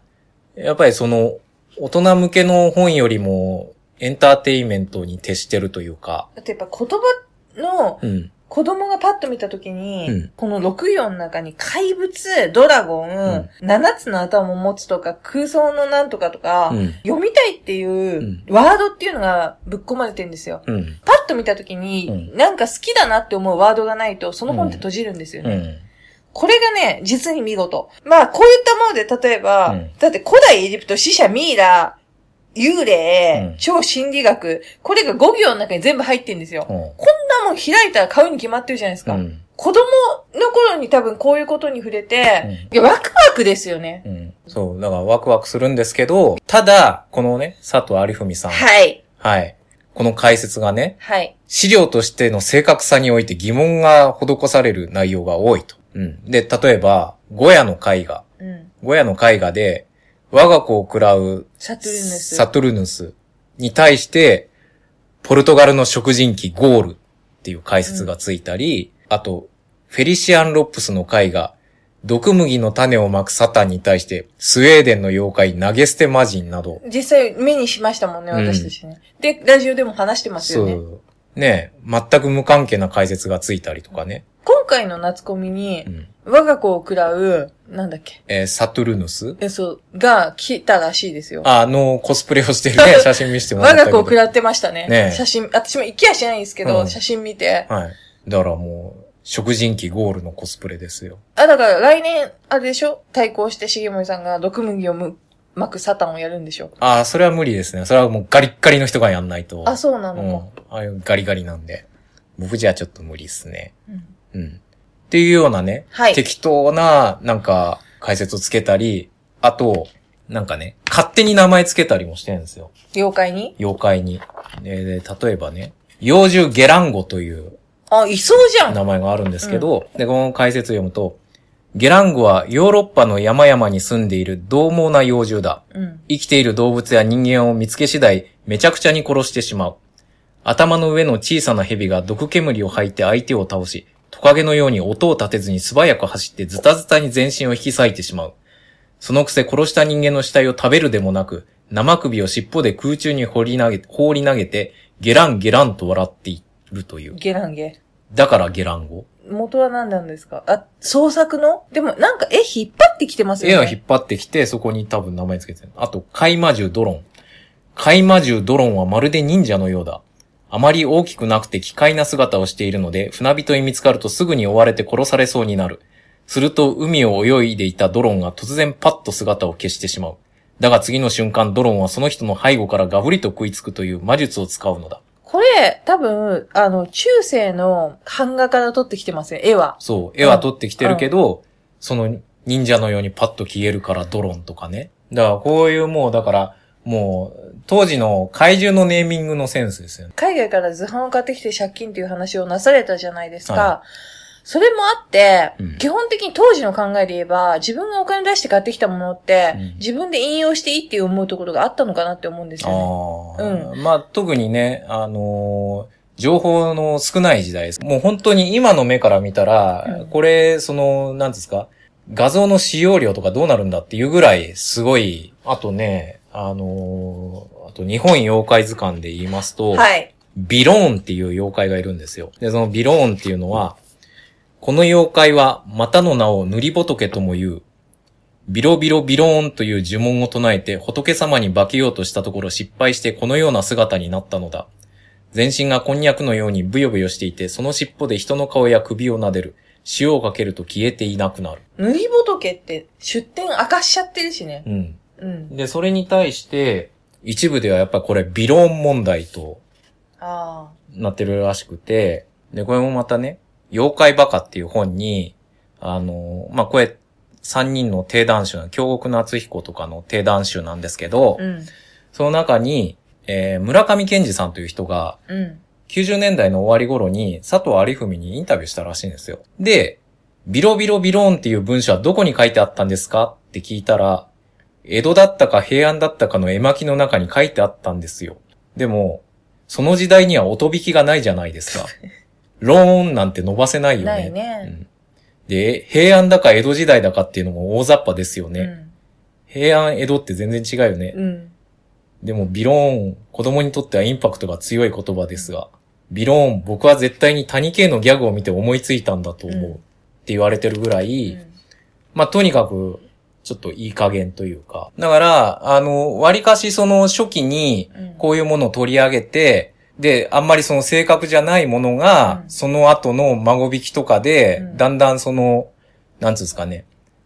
S2: やっぱりその大人向けの本よりもエンターテインメントに徹してるというか、
S1: だってやっぱ言葉の
S2: うん。
S1: 子供がパッと見たときに、
S2: うん
S1: この64の中に怪物、ドラゴン、7つの頭を持つとか空想のなんとかとか、
S2: うん。
S1: 読みたいっていう、ワードっていうのがぶっ込まれてんですよ。
S2: うん。
S1: パッと見たときに、
S2: う
S1: なんか好きだなって思うワードがないと、その本って閉じるんですよね。
S2: うん。
S1: これがね、実に見事。まあ、こういったもので、例えば、
S2: うん
S1: だって古代エジプト、死者、ミイラ、幽霊、
S2: うん
S1: 超心理学、これが5行の中に全部入ってんですよ。こ
S2: うん
S1: んなもん開いたら買うに決まってるじゃないです
S2: う
S1: か。
S2: ん。
S1: 子供の頃に多分こういうことに触れて、いや、ワクワクですよね。
S2: うん。そう、だからワクワクするんですけど、ただ、このね、佐藤有文さん。
S1: はい。
S2: はい。この解説がね、
S1: はい。
S2: 資料としての正確さにおいて疑問が施される内容が多いと。うん。で、例えば、ゴヤの絵画。
S1: うん。
S2: ゴヤの絵画で、我が子を喰らう
S1: サトゥルヌス。
S2: サトゥルヌスに対して、ポルトガルの食人鬼ゴールっていう解説がついたり、あと、フェリシアン・ロップスの絵画、毒麦の種をまくサタンに対して、スウェーデンの妖怪投げ捨て魔人など、
S1: 実際目にしましたもんね、
S2: うん
S1: 私たちね。で、ラジオでも話してますよね。
S2: そう。ねえ全く無関係な解説がついたりとかね。
S1: 今回の夏コミに
S2: う、ん。
S1: 我が子を喰らう、なんだっけ、
S2: えーサトゥルヌス
S1: え、そう、が来たらしいですよ。
S2: ああの、コスプレをしてる
S1: <laughs>
S2: ね、写真見せてもらっ
S1: 我
S2: たけ
S1: が
S2: ど。
S1: 子を食らってましたね。
S2: ねえ
S1: 写真、私も行きはしないんですけど、
S2: うん
S1: 写真見て。
S2: はい。だからもう、食人鬼ゴールのコスプレですよ。
S1: あ、だから来年、あれでしょ対抗して重森さんが毒麦をむ巻くサタンをやるんでしょ
S2: ああ、それは無理ですね。それはもうガリッガリの人がやんないと。
S1: あ、そうな
S2: う
S1: の
S2: ん
S1: か。。
S2: ああいうガリガリなんで。僕じゃちょっと無理ですね。
S1: うん
S2: うん。っていうようなね、
S1: はい
S2: 適当な、なんか、解説をつけたり、あと、なんかね、勝手に名前つけたりもしてるんですよ。
S1: 妖怪に
S2: 妖怪に。で、で例えばね、幼獣ゲランゴという
S1: あ、いそうじゃん
S2: 名前があるんですけど、で、この解説を読むと、ゲランゴはヨーロッパの山々に住んでいる獰猛な幼獣だ。
S1: うん。
S2: 生きている動物や人間を見つけ次第、めちゃくちゃに殺してしまう。頭の上の小さな蛇が毒煙を吐いて相手を倒し、トカゲのように音を立てずに素早く走ってズタズタに全身を引き裂いてしまう。そのくせ殺した人間の死体を食べるでもなく、生首を尻尾で空中に放り投げ、放り投げて、ゲランゲランと笑っているという。
S1: ゲランゲ。
S2: だからゲラン語。
S1: 元は何なんですかあ、創作のでもなんか絵引っ張ってきてますよね。
S2: 絵を引っ張ってきて、そこに多分名前つけてる。あと、海魔獣ドロン。海魔獣ドロンはまるで忍者のようだ。あまり大きくなくて奇怪な姿をしているので、船人に見つかるとすぐに追われて殺されそうになる。すると、海を泳いでいたドロンが突然パッと姿を消してしまう。だが次の瞬間、ドロンはその人の背後からガブリと食いつくという魔術を使うのだ。
S1: これ、多分、あの、中世の版画から撮ってきてますよ、絵は。
S2: そう、絵は撮ってきてるけど、その忍者のようにパッと消えるからドロンとかね。だからこういうもう、だから、もう、当時の怪獣のネーミングのセンスですよね。
S1: 海外から図版を買ってきて借金という話をなされたじゃないですか。
S2: は
S1: それもあって、
S2: うん
S1: 基本的に当時の考えで言えば、自分がお金出して買ってきたものって、
S2: うん
S1: 自分で引用していいっていう思うところがあったのかなって思うんですよね。
S2: ああ、まあ特にね、あのー情報の少ない時代です。もう本当に今の目から見たら、
S1: うん
S2: これ、その、なんですか、画像の使用量とかどうなるんだっていうぐらい、すごい、あとね、あのーあと日本妖怪図鑑で言いますと、
S1: はい。
S2: ビローンっていう妖怪がいるんですよ。で、そのビローンっていうのは、この妖怪は、またの名を塗り仏とも言う、ビロビロビローンという呪文を唱えて仏様に化けようとしたところ失敗してこのような姿になったのだ。全身がこんにゃくのようにブヨブヨしていて、その尻尾で人の顔や首を撫でる。塩をかけると消えていなくなる。
S1: 塗り仏って出店明かしちゃってるしね。
S2: うん。
S1: うん。
S2: で、それに対して、一部ではやっぱりこれビローン問題と
S1: あ
S2: なってるらしくて、で、これもまたね、妖怪バカっていう本に、あの、まあ、これ、三人の定談集な、京極夏彦とかの定談集なんですけど
S1: あ。、うん。
S2: その中に、えー村上健二さんという人が、
S1: うん。
S2: 90年代の終わり頃に佐藤有文にインタビューしたらしいんですよ。で、ビロビロビローンっていう文章はどこに書いてあったんですかって聞いたら、江戸だったか平安だったかの絵巻の中に書いてあったんですよ。でも、その時 <laughs> 代には音引きがないじゃないですか。ローンなんて伸ばせないよね。
S1: ないね
S2: うんで、平安だか江戸時代だかっていうのも大雑把ですよね。
S1: うん
S2: 平安、江戸って全然違うよね。
S1: うん。
S2: でも、ビローン、子供にとってはインパクトが強い言葉ですが、ビローン、僕は絶対に谷系のギャグを見て思いついたんだと思う、
S1: うん
S2: って言われてるぐらい、まあ、とにかく、ちょっといい加減というか。だから、あの、割かしその初期に、
S1: うん
S2: こういうものを取り上げて、で、あんまりその正確じゃないものが、
S1: うん
S2: その後の孫引きとかで、
S1: うん
S2: だんだんその、なんつうんですかね、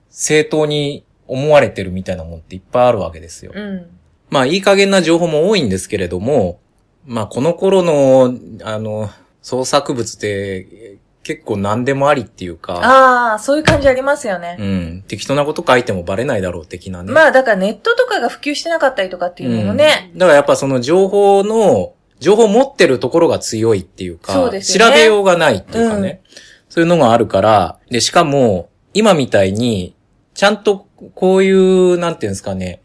S2: 正当に思われてるみたいなもんっていっぱいあるわけですよ。
S1: うん。
S2: まあ、いい加減な情報も多いんですけれども、まあ、この頃の、あの、創作物って、え結構何でもありっていうか、
S1: ああ、そういう感じありますよね
S2: う。ん、適当なこと書いてもバレないだろう的なね。
S1: まあ、だからネットとかが普及してなかったりとかっていうのもね。
S2: うんだからやっぱその情報の、情報持ってるところが強いっていうか、
S1: そうですよね
S2: 調べようがないっていうかね、そういうのがあるから、で、しかも、今みたいに、ちゃんとこういう、なんていうんですかね、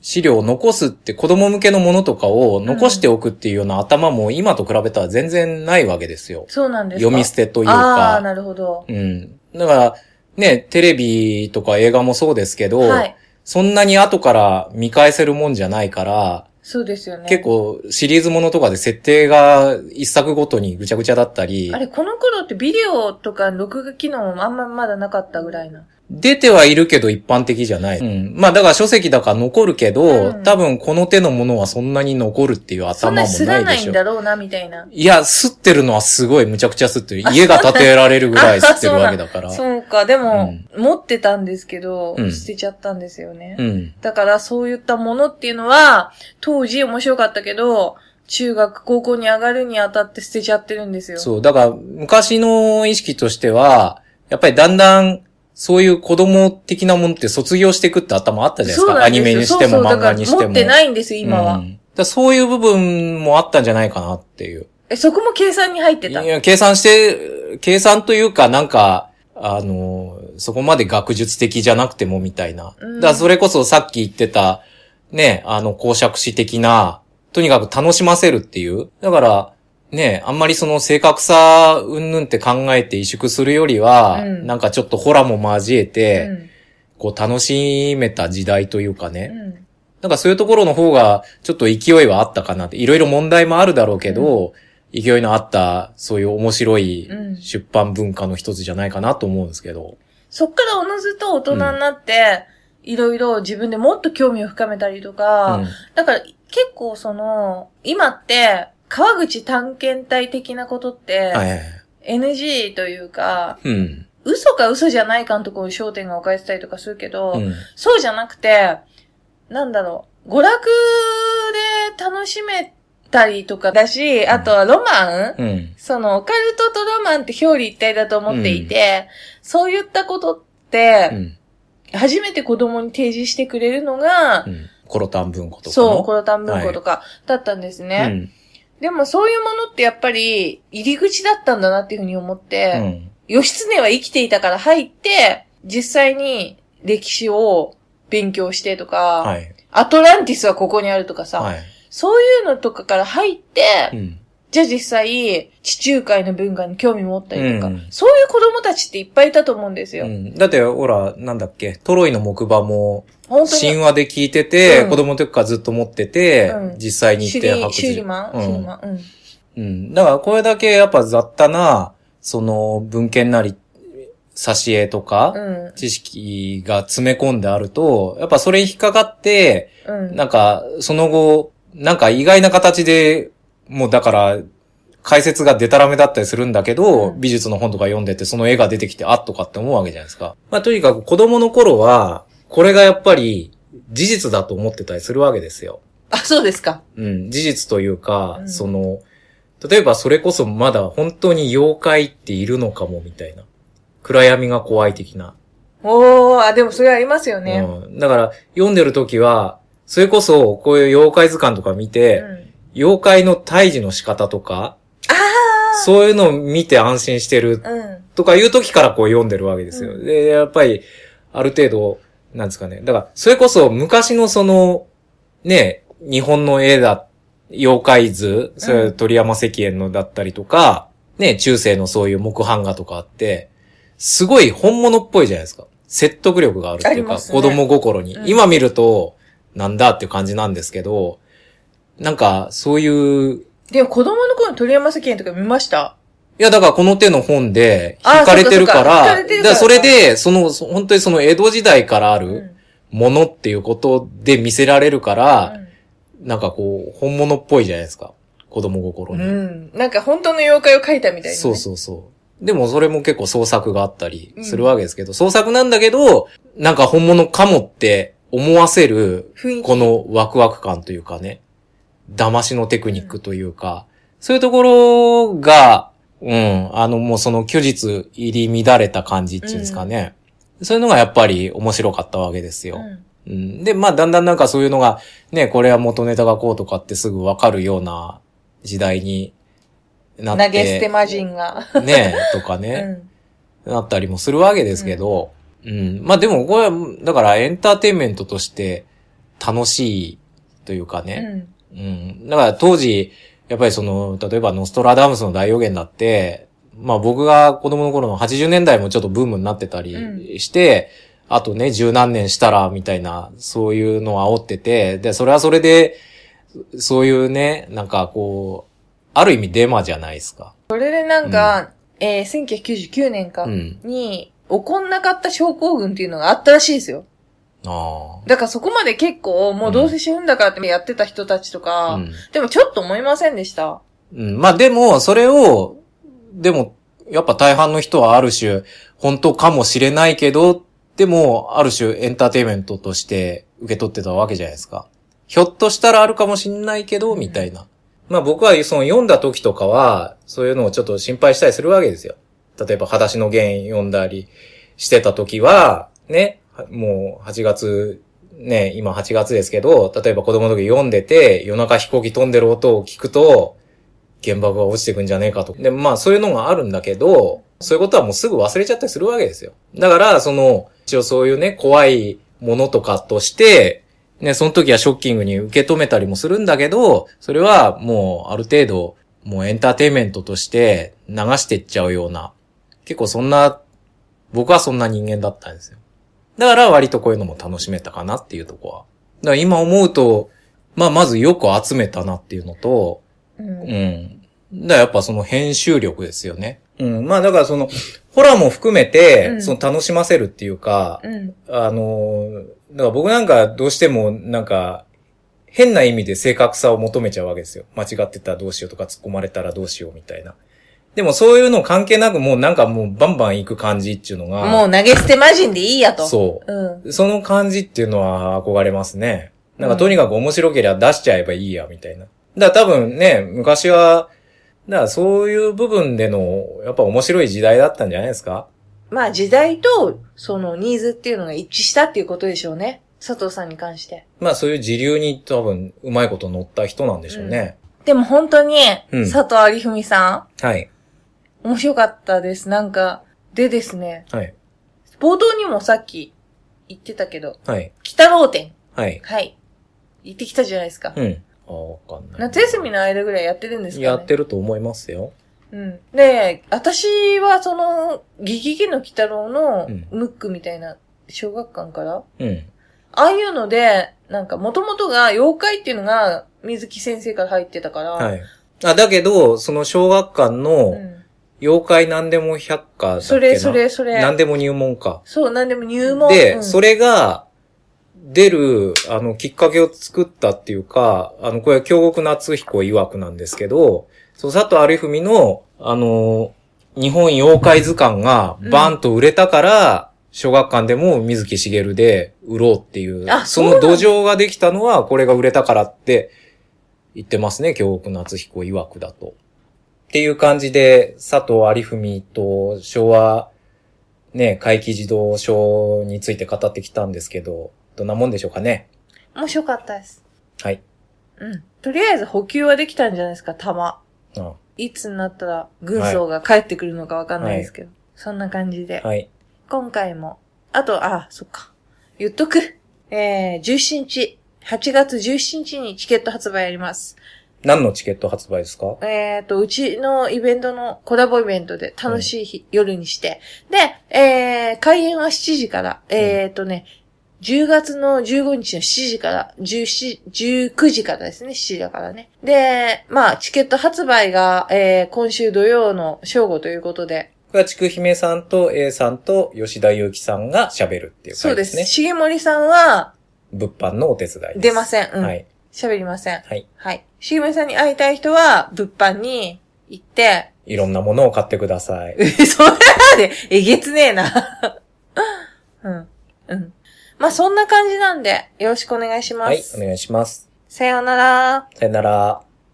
S2: 資料を残すって子供向けのものとかを残しておくっていうような頭も今と比べたら全然ないわけですよ。
S1: そうなんですか
S2: 読み捨てという
S1: ああー、
S2: か。
S1: なるほど。
S2: うん。だから、ね、テレビとか映画もそうですけど、
S1: はい。
S2: そんなに後から見返せるもんじゃないから、
S1: そうですよね。
S2: 結。構シリーズものとかで設定が一作ごとにぐちゃぐちゃだったり
S1: あ、れ、この頃ってビデオとか録画機能もあんままだなかったぐらいな。
S2: 出てはいるけど一般的じゃない。うん、まあだから書籍だから残るけど、
S1: うん
S2: 多分この手のものはそんなに残るっていう
S1: そ
S2: 頭
S1: ん
S2: も
S1: な
S2: な
S1: にすら
S2: い
S1: な
S2: で
S1: い
S2: し
S1: ん
S2: ょ。
S1: だろうな、みたいな。
S2: いや、吸ってるのはすごい、むちゃくちゃ吸ってる。家が建てられるぐらい吸ってるわけだ
S1: <laughs>
S2: から。
S1: そうか、でも、
S2: うん
S1: 持ってたんですけど、
S2: うん
S1: 捨てちゃったんですよね。
S2: うん。
S1: だからそういったものっていうのは、当時面白かったけど、中学、高校に上がるにあたって捨てちゃってるんですよ。
S2: そう。だから、昔の意識としては、やっぱりだんだん、そういう子供的なものって卒業していくって頭あったじゃないです
S1: そ
S2: か。
S1: う
S2: ア
S1: なんで
S2: ニ
S1: すよ
S2: メにしても
S1: そうそう
S2: 漫画にして
S1: だ
S2: も。
S1: から持ってないんですよ、今は。
S2: うんだからそういう部分もあったんじゃないかなっていう。
S1: え、そこも計算に入って
S2: い
S1: た。
S2: や計算して、計算というかなんか、あの、そこまで学術的じゃなくてもみたいな。
S1: うん
S2: だからそれこそさっき言ってた、ね、あの、公爵士的な、とにかく楽しませるっていう。だから、ね、あんまりその正確さ、うんぬんって考えて萎縮するよりは、
S1: うん
S2: なんかちょっとホラーも交えて、
S1: うん
S2: こう楽しめた時代というかね。
S1: うん。
S2: なんかそういうところの方が、ちょっと勢いはあったかなって、いろいろ問題もあるだろうけど、勢いのあった、そういう面白い
S1: うん
S2: 出版文化の一つじゃないかなと思うんですけど。
S1: そっからおのずと大人になって、いろいろ自分でもっと興味を深めたりとか、
S2: うん
S1: だから結構その、今って、川口探検隊的なことって、
S2: はいはいはい。
S1: NG というか、
S2: うん。
S1: 嘘か嘘じゃないかのところに焦点が置かれてたりとかするけど、
S2: うん。
S1: そうじゃなくて、なんだろう、娯楽で楽しめたりとかだし、あとはロマン、
S2: うん。
S1: その、オカルトとロマンって表裏一体だと思っていて、そういったことって、
S2: うん。
S1: 初めて子供に提示してくれるのが
S2: う、ん。コロタン文庫とかの。
S1: そう、コロタン文庫とかだったんですね。
S2: うん。
S1: でもそういうものってやっぱり入り口だったんだなっていうふうに思っ
S2: う
S1: て、
S2: ん。
S1: 義経は生きていたから入って、実際に歴史を勉強してとか、
S2: はい。
S1: アトランティスはここにあるとかさ、
S2: はい。
S1: そういうのとかから入って、
S2: うん。
S1: じゃあ実際、地中海の文化に興味持ったりとか、
S2: うん
S1: そういう子供たちっていっぱいいたと思うんですよ。
S2: うんだって、ほら、なんだっけ、トロイの木馬も、
S1: 本当
S2: 神
S1: に。
S2: 話で聞いてて、
S1: うん
S2: 子供の時からずっと持ってて、
S1: うん
S2: 実際に行
S1: シ
S2: っ
S1: ュリ
S2: て
S1: ー、
S2: 発
S1: シュ
S2: 掘
S1: リマン、
S2: うん
S1: シュリマン。うん。
S2: うん。だからこれだけやっぱ雑多な、その文献なり、挿絵とか、
S1: うん。
S2: 知識が詰め込んであると、やっぱそれに引っかかって、
S1: うん。
S2: なんか、その後、なんか意外な形で、もうだから、解説がデタラメだったりするんだけど、
S1: うん
S2: 美術の本とか読んでて、その絵が出てきて、あっとかって思うわけじゃないですか。まあとにかく子供の頃は、これがやっぱり事実だと思ってたりするわけですよ。
S1: あ、そうですか。
S2: うん、事実というか、
S1: うん
S2: その、例えばそれこそまだ本当に妖怪っているのかもみたいな。暗闇が怖い的な。
S1: おー、あ、でもそれありますよね。
S2: うん、だから、読んでる時は、それこそこういう妖怪図鑑とか見
S1: う
S2: て、
S1: ん。
S2: 妖怪の退治の仕方とか、
S1: ああ
S2: そういうのを見て安心して
S1: う
S2: る
S1: ん。
S2: とかいう時からこう読んでるわけですよ。
S1: うん
S2: で、やっぱり、ある程度、なんですかね。だから、それこそ昔のその、ね、日本の絵だ、妖怪図、それ鳥山石燕のだったりとか、ね、中世のそういう木版画とかあって、すごい本物っぽいじゃないですか。説得力があるっていう
S1: あり
S2: か、
S1: ますね
S2: 子供心に、
S1: うん
S2: 今見ると、なんだっていう感じなんですけど、なんか、そういう、い
S1: でも子供の頃の鳥山石燕とか見ました
S2: や、だからこの手の本で、
S1: あー
S2: 惹かれてる
S1: そ
S2: から、
S1: っかそっか惹かれてるから
S2: だそれで、その、そ本当にその江戸時代からあ
S1: うんう
S2: る
S1: ん
S2: ものっていうことで見せられるから、なんかこう、本物っぽいじゃないですか。子供心
S1: う
S2: に。
S1: ん。なんか本当の妖怪を描いたみたいな、ね。
S2: そうそうそう。でもそれも結構創作があったり
S1: うん
S2: するわけですけど、創作なんだけど、なんか本物かもって思わせる、
S1: 雰囲気。
S2: このワクワク感というかね、騙しのテクニックというか、そういうところが、うん、あのもうその虚実入り乱れた感じっていうんですかね。そういうのがやっぱり面白かったわけですよ。
S1: うん
S2: うん、で、まあ、だんだんなんかそういうのが、ね、これは元ネタがこうとかってすぐわかるような時代になって。
S1: 投げ捨て魔人が。
S2: ね、と
S1: <laughs>
S2: か
S1: う
S2: ね、
S1: ん。
S2: なったりもするわけですけど、うん、まあ、でもこれは、だからエンターテインメントとして楽しいというかね、
S1: うん。
S2: うん。だから当時、やっぱりその、例えばノストラダムスの大予言だって、まあ僕が子供の頃の80年代もちょっとブームになってたりして、あとね、十何年したら、みたいな、そういうのを煽ってて、で、それはそれで、そういうね、なんかこう、ある意味デマじゃないですか。
S1: それでなんか、えー、1999年か
S2: う、ん。
S1: に、怒んなかった症候群っていうのがあったらしいですよ。
S2: あ
S1: だからそこまで結構、もうどうせ死ぬんだからってやってた人たちと
S2: あ。
S1: か、
S2: うん。
S1: でもちょっと思いませんでした。
S2: うん、まあでも、それを、でも、やっぱ大半の人はある種、本当かもしれないけど、でも、ある種エンターテインメントとして受け取ってたわけじゃないですか。ひょっとしたらあるかもしんないけど、みたいな。まあ僕はその読んだ時とかは、そういうのをちょっと心配したりするわけですよ。例えば、裸足の原因読んだりしてた時は、ね、はもう8月、ね、今8月ですけど、例えば子供の時読んでて、夜中飛行機飛んでる音を聞くと、原爆が落ちてくんじゃねえかと。で、まあそういうのがあるんだけど、そういうことはもうすぐ忘れちゃったりするわけですよ。だから、その、一応そういうね、怖いものとかとして、ね、その時はショッキングに受け止めたりもするんだけど、それはもうある程度、もうエンターテインメントとして流してっちゃうような、結構そんな、僕はそんな人間だったんですよ。だから割とこういうのも楽しめたかなっていうとこは。だから今思うと、まあまずよく集めたなっていうのと、
S1: うん。
S2: うん。だからやっぱその編集力ですよね。うん。まあだからその、ホラーも含めて、
S1: うん
S2: その楽しませるっていうか、
S1: うん。
S2: あの、だから僕なんかどうしてもなんか、変な意味で正確さを求めちゃうわけですよ。間違ってたらどうしようとか突っ込まれたらどうしようみたいな。でもそういうの関係なくもうなんかもうバンバン行く感じっていうのが、
S1: もう投げ捨て魔人でいいやと。。
S2: そう
S1: うん。
S2: う。その感じっていうのは憧れますね。なん
S1: う
S2: か
S1: ん
S2: とにかく面白ければ出しちゃえばいいや、みたいな。だから多分ね、昔は、だからそういう部分での、やっぱ面白い時代だったんじゃないですか
S1: まあ時代と、そのニーズっていうのが一致したっていうことでしょうね。佐藤さんに関して。
S2: まあそういう時流に多分うまいこと乗った人なんでしょうね。
S1: でも本当に、
S2: うん
S1: 佐藤有文さ
S2: はい。
S1: ん、面白かったです。なんか、でですね、
S2: はい。
S1: 冒頭にもさっき言ってたけど、
S2: はい。
S1: 北老店。
S2: はい。
S1: はい。行ってきたじゃないですか。
S2: うん。ああ、わかんない。
S1: 夏休みの間ぐらいやってるんですかね。
S2: やってると思いますよ。
S1: うん。で、私はその、ギギギの鬼太郎の
S2: うん
S1: ムックみたいな小学館から、
S2: うん。
S1: ああいうので、なんか元々が妖怪っていうのが水木先生から入ってたから、
S2: はい。あ、だけど、その小学館
S1: う
S2: の、
S1: ん、
S2: 妖怪何でも百科だっけな、
S1: それそれそ
S2: 何
S1: れ。
S2: でも入門か。
S1: そう、なんでも入門。
S2: で、
S1: うん
S2: それが、出る、あの、きっかけを作ったっていうか、あの、これは京極夏彦曰くなんですけど、そう、佐藤有文の、あの、日本妖怪図鑑がバンと売れたから、小学館でも水木しげるで売ろうっていう、
S1: あ
S2: そ
S1: そ
S2: の
S1: うなん
S2: 土
S1: だ
S2: 壌ができたのは、これが売れたからって言ってますね、京極夏彦曰くだと。っていう感じで、佐藤有文と昭和、ね、怪奇児童症について語ってきたんですけど、どんなもんでしょうかね。
S1: 面白かったです。
S2: はい。
S1: うん。とりあえず補給はできたんじゃないですか、玉。
S2: あ
S1: いつになったら軍曹が帰ってくるのかわかんないですけど、そんな感じで。
S2: はい。
S1: 今回も、あと、あ、そっか。言っとく。えー、17日、8月17日にチケット発売あります。
S2: 何のチケット発売ですか
S1: えっ、と、うちのイベントのコラボイベントで楽しい日、夜にして。で、えー、開演は7時から、えっ、とね、10月の15日の7時から、17、19時からですね、7時だからね。で、まあ、チケット発売が、えー、今週土曜の正午ということで、
S2: 僕はちくひめさんと A さんと吉田祐希さんが喋るっていう
S1: そ
S2: 感
S1: う
S2: じ
S1: で
S2: です
S1: す。
S2: ね。
S1: 重森さんは、
S2: 物販のお手伝いです。
S1: 出ません。うん。
S2: はい。
S1: 喋りません。
S2: はい。
S1: はい。重森さんに会いたい人は、物販に行って、
S2: いろんなものを買ってください。
S1: え、 <laughs> それまで、えげつねえな。 <laughs> うん。うん。まあ、そんな感じなんで、よろしくお願いします。
S2: はい、お願いします。
S1: さようなら。
S2: さよなら。